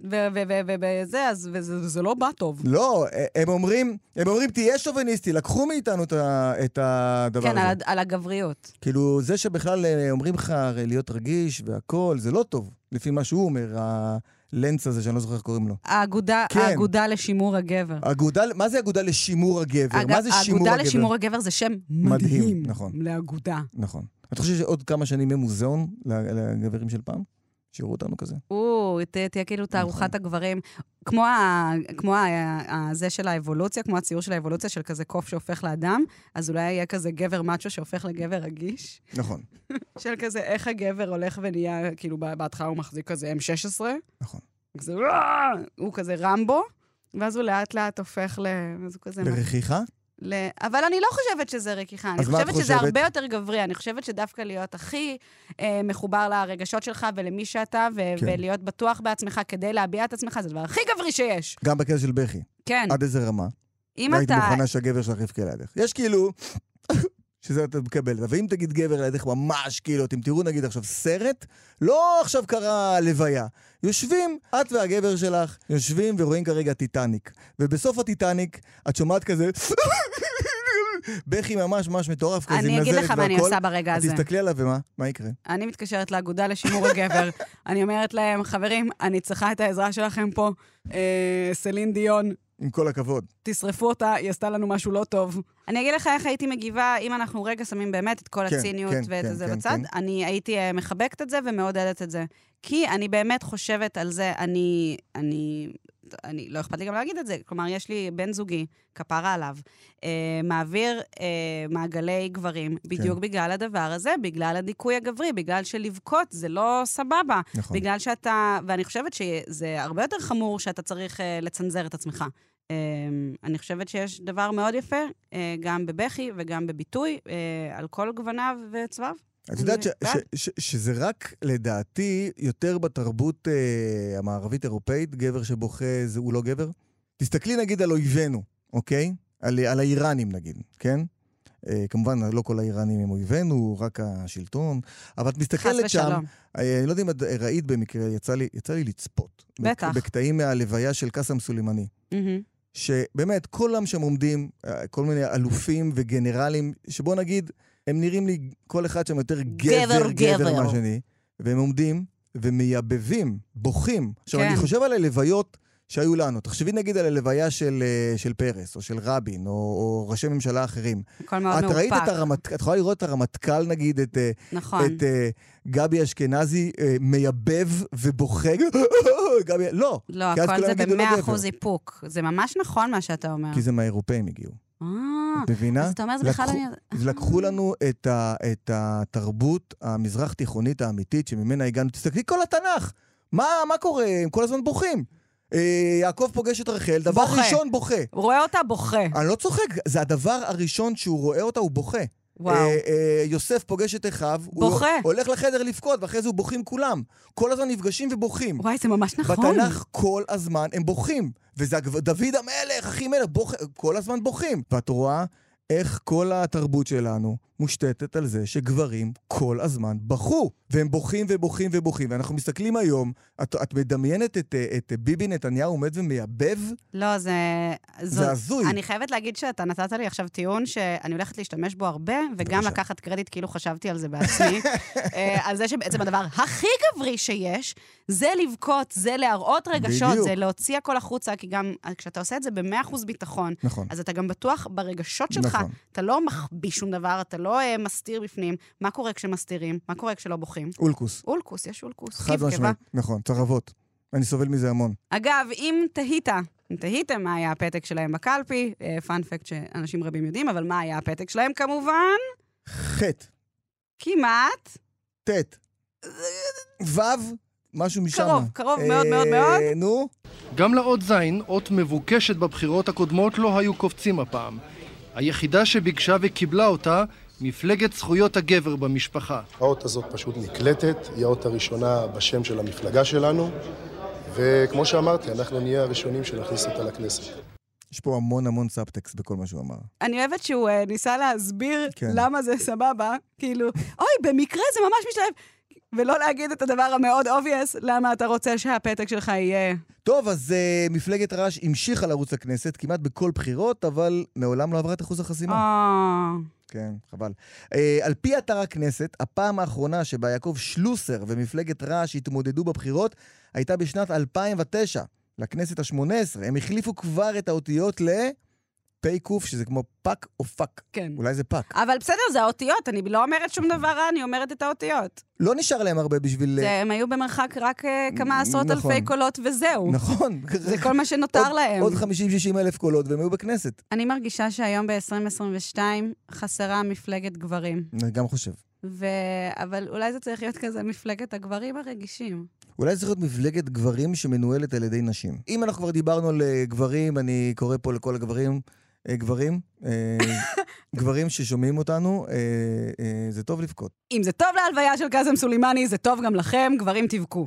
B: וזה, אז וזה- זה לא בא טוב.
C: לא, הם אומרים, הם אומרים, תהיה שוביניסטי, לקחו מאיתנו את ה- את הדבר
B: כן,
C: הזה.
B: על, ה- על הגבריות.
C: כאילו, זה שבכלל אה, אומרים לך הרי להיות רגיש והכול, זה לא טוב, לפי מה שהוא אומר, הלנץ הזה שאני לא זוכר איך קוראים לו.
B: האגודה,
C: כן.
B: האגודה לשימור הגבר.
C: אגודה, מה זה אגודה לשימור הגבר?
B: אגב,
C: מה זה שימור הגבר?
B: האגודה לשימור הגבר זה שם מדהים.
C: מדהים, נכון,
B: לאגודה.
C: נכון. אתה חושב שעוד כמה שנים יהיה מוזיאון לגברים של פעם? שיראו אותנו כזה?
B: או, ת- תהיה כאילו
C: נכון.
B: תערוכת הגברים, כמו, ה, כמו ה, ה, זה של האבולוציה, כמו הציור של האבולוציה של כזה קוף שהופך לאדם, אז אולי יהיה כזה גבר מאצ'ו שהופך לגבר רגיש.
C: נכון.
B: של כזה, איך הגבר הולך ונהיה, כאילו, בה- בהתחלה הוא מחזיק כזה M16.
C: נכון.
B: כזה, "אה!" הוא כזה רמבו, ואז הוא לאט-לאט הופך ל... אז הוא כזה...
C: לרכיחה?
B: ל... אבל אני לא חושבת שזה רכיחה, אני
C: אז מה את
B: חושבת שזה
C: חושבת?
B: הרבה יותר גברי, אני חושבת שדווקא להיות הכי אה, מחובר לרגשות שלך ולמי שאתה, ו-
C: כן.
B: ולהיות בטוח בעצמך כדי להביע את עצמך, זה הדבר הכי גברי שיש.
C: גם בקטע של בכי.
B: כן.
C: עד איזה רמה?
B: אם
C: והיית
B: אתה-
C: לא מוכנה שהגבר שלך יבכה לידך. יש כאילו... שזה אתה מקבל. אבל אם תגיד גבר לידך ממש, כאילו, אתם תראו נגיד עכשיו סרט, לא עכשיו קרה לוויה. יושבים, את והגבר שלך, יושבים ורואים כרגע טיטניק. ובסוף הטיטניק, את שומעת כזה... בכי ממש ממש מטורף כזה,
B: אני אגיד
C: נזלת
B: לך מה אני
C: והכל.
B: עושה ברגע הזה.
C: את תסתכלי עליו ומה? מה יקרה?
B: אני מתקשרת לאגודה לשימור הגבר. אני אומרת להם, חברים, אני צריכה את העזרה שלכם פה. אה, סלין דיון,
C: עם כל הכבוד.
B: תשרפו אותה, היא עשתה לנו משהו לא טוב. אני אגיד לך איך הייתי מגיבה, אם אנחנו רגע שמים באמת את כל
C: כן,
B: הציניות
C: כן,
B: ואת
C: כן,
B: זה
C: כן,
B: בצד,
C: כן.
B: אני הייתי אה, מחבקת את זה ומעודדת את זה. כי אני באמת חושבת על זה, אני... אני... אני לא אכפת לי גם להגיד את זה, כלומר, יש לי בן זוגי, כפרה עליו, אה, מעביר אה, מעגלי גברים, בדיוק
V: כן.
B: בגלל הדבר הזה, בגלל הדיכוי הגברי, בגלל שלבכות זה לא סבבה.
V: נכון.
B: בגלל שאתה, ואני חושבת שזה הרבה יותר חמור שאתה צריך אה, לצנזר את עצמך. אה, אני חושבת שיש דבר מאוד יפה, אה, גם בבכי וגם בביטוי, אה, על כל גווניו וצבעיו.
C: את יודעת
B: אני
C: ש-
B: בעד.
C: ש- ש- שזה רק, לדעתי, יותר בתרבות אה, המערבית-אירופאית, גבר שבוכה זה הוא לא גבר? תסתכלי נגיד על אויבינו, אוקיי? על, על האיראנים נגיד, כן? אה, כמובן, לא כל האיראנים הם אויבינו, רק השלטון. אבל את מסתכלת שם...
B: ושלום.
C: אה, אני לא יודע אם את ראית במקרה, יצא לי, יצא לי לצפות.
B: בטח.
C: בק- בקטעים מהלוויה של קאסם סולימני.
B: מהמם.
C: שבאמת, כולם שם עומדים, אה, כל מיני אלופים וגנרלים, שבוא נגיד, הם נראים לי, כל אחד שם יותר גבר,
B: גבר,
C: גבר
B: גבר.
C: מהשני, והם עומדים ומייבבים, בוכים. עכשיו,
B: כן.
C: אני חושב על הלוויות שהיו לנו. תחשבי נגיד על הלוויה של, אה, של פרס, או של רבין, או, או ראשי ממשלה אחרים.
B: הכל מאוד
C: את
B: מאופק.
C: ראית את הרמטכ"ל, את יכולה לראות את הרמטכ"ל נגיד, את, אה,
B: נכון.
C: את אה, גבי אשכנזי אה, מייבב ובוכה, גבי, לא.
B: לא,
C: כי אז
B: הכל
C: כולם
B: זה
C: יגידו, "לא
B: במאה
C: גבר".
B: אחוז איפוק. זה ממש נכון מה שאתה אומר.
C: כי זה מהאירופאים הגיעו.
B: אה,
C: את מבינה?
B: אז אתה אומר, זה בכלל...
C: לקחו-
B: אני-
C: אז לקחו לנו את, ה, את התרבות המזרח-תיכונית האמיתית שממנה הגענו. תסתכלי כל התנ"ך, מה, מה קורה? הם כל הזמן בוכים. אה, יעקב פוגש את רחל, דבר
B: בוכה.
C: ראשון בוכה.
B: רואה אותה בוכה.
C: אני לא צוחק, זה הדבר הראשון שהוא רואה אותה, הוא בוכה.
B: וואו.
C: אה, אה, יוסף פוגש את אחיו,
B: בוכה.
C: הוא הולך לחדר לבכות, ואחרי זה הוא בוכים כולם. כל הזמן נפגשים ובוכים.
B: וואי, זה ממש נכון.
C: בתנ"ך כל הזמן הם בוכים. וזה הגב- דוד המלך, אחי מלך, בוכ... כל הזמן בוכים. ואת רואה איך כל התרבות שלנו מושתתת על זה שגברים כל הזמן בכו. והם בוכים ובוכים ובוכים. ואנחנו מסתכלים היום, את, את מדמיינת את, אה, את אה, ביבי נתניהו עומד ומייבב?
B: לא, זה... זו-
C: זה הזוי.
B: אני חייבת להגיד שאתה נתת לי עכשיו טיעון שאני הולכת להשתמש בו הרבה, וגם לקחת קרדיט כאילו חשבתי על זה בעצמי. אה, על זה שבעצם הדבר הכי גברי שיש, זה לבכות, זה להראות רגשות,
C: בדיוק.
B: זה להוציא הכל החוצה, כי גם כשאתה עושה את זה ב-100% ביטחון,
C: נכון.
B: אז אתה גם בטוח ברגשות שלך.
C: נכון.
B: אתה לא מחביא שום דבר, אתה לא אה, מסתיר בפנים. מה קורה כשמסתירים? מה קורה כשלא בוכים?
C: אולקוס.
B: אולקוס, יש אולקוס.
C: חד
B: כבכבה.
C: משמעית. נכון, צרבות. אני סובל מזה המון.
B: אגב, אם תהית, אם תהיתם מה היה הפתק שלהם בקלפי, פאנפקט שאנשים רבים יודעים, אבל מה היה הפתק שלהם כמובן?
C: חטא.
B: כמעט.
C: ט'. ו', משהו משם. אה,
B: קרוב, קרוב מאוד, מאוד, מאוד.
C: נו?
F: גם לאות ז', אות מבוקשת בבחירות הקודמות, לא היו קופצים הפעם. היחידה שביקשה וקיבלה אותה, מפלגת זכויות הגבר במשפחה.
W: האות הזאת פשוט נקלטת, היא האות הראשונה בשם של המפלגה שלנו, וכמו שאמרתי, אנחנו נהיה הראשונים שנכניס אותה לכנסת.
C: יש פה המון המון סאבטקסט בכל מה שהוא אמר.
B: אני אוהבת שהוא אה, ניסה להסביר
C: כן.
B: למה זה סבבה, כאילו, אוי, במקרה זה ממש משתלב, ולא להגיד את הדבר המאוד obvious, למה אתה רוצה שהפתק שלך יהיה...
C: טוב, אז uh, מפלגת רעש המשיכה לרוץ לכנסת כמעט בכל בחירות, אבל מעולם לא עברה את אחוז
B: אה.
C: החסימה. כן, חבל. Uh, על פי אתר הכנסת, הפעם האחרונה שבה יעקב שלוסר ומפלגת רעש התמודדו בבחירות הייתה בשנת 2009, לכנסת השמונה עשרה. הם החליפו כבר את האותיות ל... פ"ק, שזה כמו פק או פאק.
B: כן.
C: אולי זה פק.
B: אבל בסדר, זה האותיות, אני לא אומרת שום דבר רע, אני אומרת את האותיות.
C: לא נשאר להם הרבה בשביל... אה,
B: זה, הם היו במרחק רק אה, כמה עשרות
C: נכון.
B: אלפי קולות וזהו.
C: נכון.
B: זה כל מה שנותר
C: עוד-
B: להם.
C: עוד 50-60 אלף קולות, והם היו בכנסת.
B: אני מרגישה שהיום ב-2022 חסרה מפלגת גברים.
C: אני גם חושב.
B: ו... אבל אולי זה צריך להיות כזה מפלגת הגברים הרגישים.
C: אולי זה צריך להיות מפלגת גברים שמנוהלת על ידי נשים. אם אנחנו כבר דיברנו על אה, גברים, אני קורא פה לכל הגברים, אה, גברים, אה, גברים ששומעים אותנו, אה, אה, זה טוב לבכות.
B: אם זה טוב להלוויה של קאזם סולימני, זה טוב גם לכם, גברים תבכו.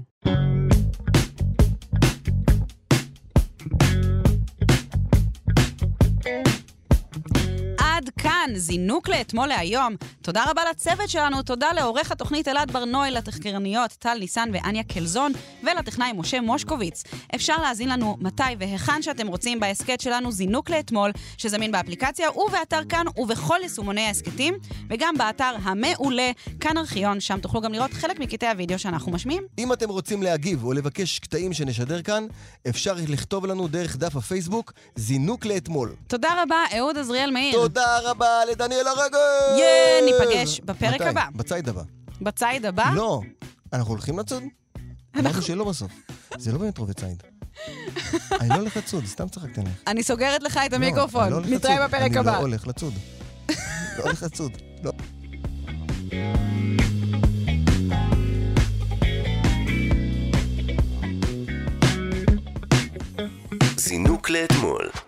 B: עד כאן, זינוק לאתמול להיום. תודה רבה לצוות שלנו, תודה לעורך התוכנית אלעד ברנוי, לתחקרניות טל ניסן ואניה קלזון, ולטכנאי משה מושקוביץ. אפשר להאזין לנו מתי והיכן שאתם רוצים בהסכת שלנו זינוק לאתמול, שזמין באפליקציה ובאתר כאן ובכל יישומוני ההסכתים, וגם באתר המעולה, כאן ארכיון, שם תוכלו גם לראות חלק מקטעי הוידאו שאנחנו משמיעים.
C: אם אתם רוצים להגיב או לבקש קטעים שנשדר כאן, אפשר לכתוב לנו דרך דף הפייסבוק, זינוק לאתמול.
B: תודה רבה, אהוד עזריאל מאיר.
C: תודה רבה לדניאל הרגל!
B: יאה, ניפגש בפרק
C: מתי?
B: הבא. אה?
C: בציד הבא.
B: בציד הבא?
C: לא, אנחנו הולכים לצוד? אמרנו שלא בסוף. זה לא באמת רובי ציד. אני לא הולך לצוד, סתם צחקתי עליך.
B: אני סוגרת לך את
C: לא, אני
B: המיקרופון.
C: לא הולך
B: נתראה
C: לצוד.
B: בפרק הבא.
C: אני לא הולך לצוד. לא הולך לצוד. לא.
A: זינוק לאתמול,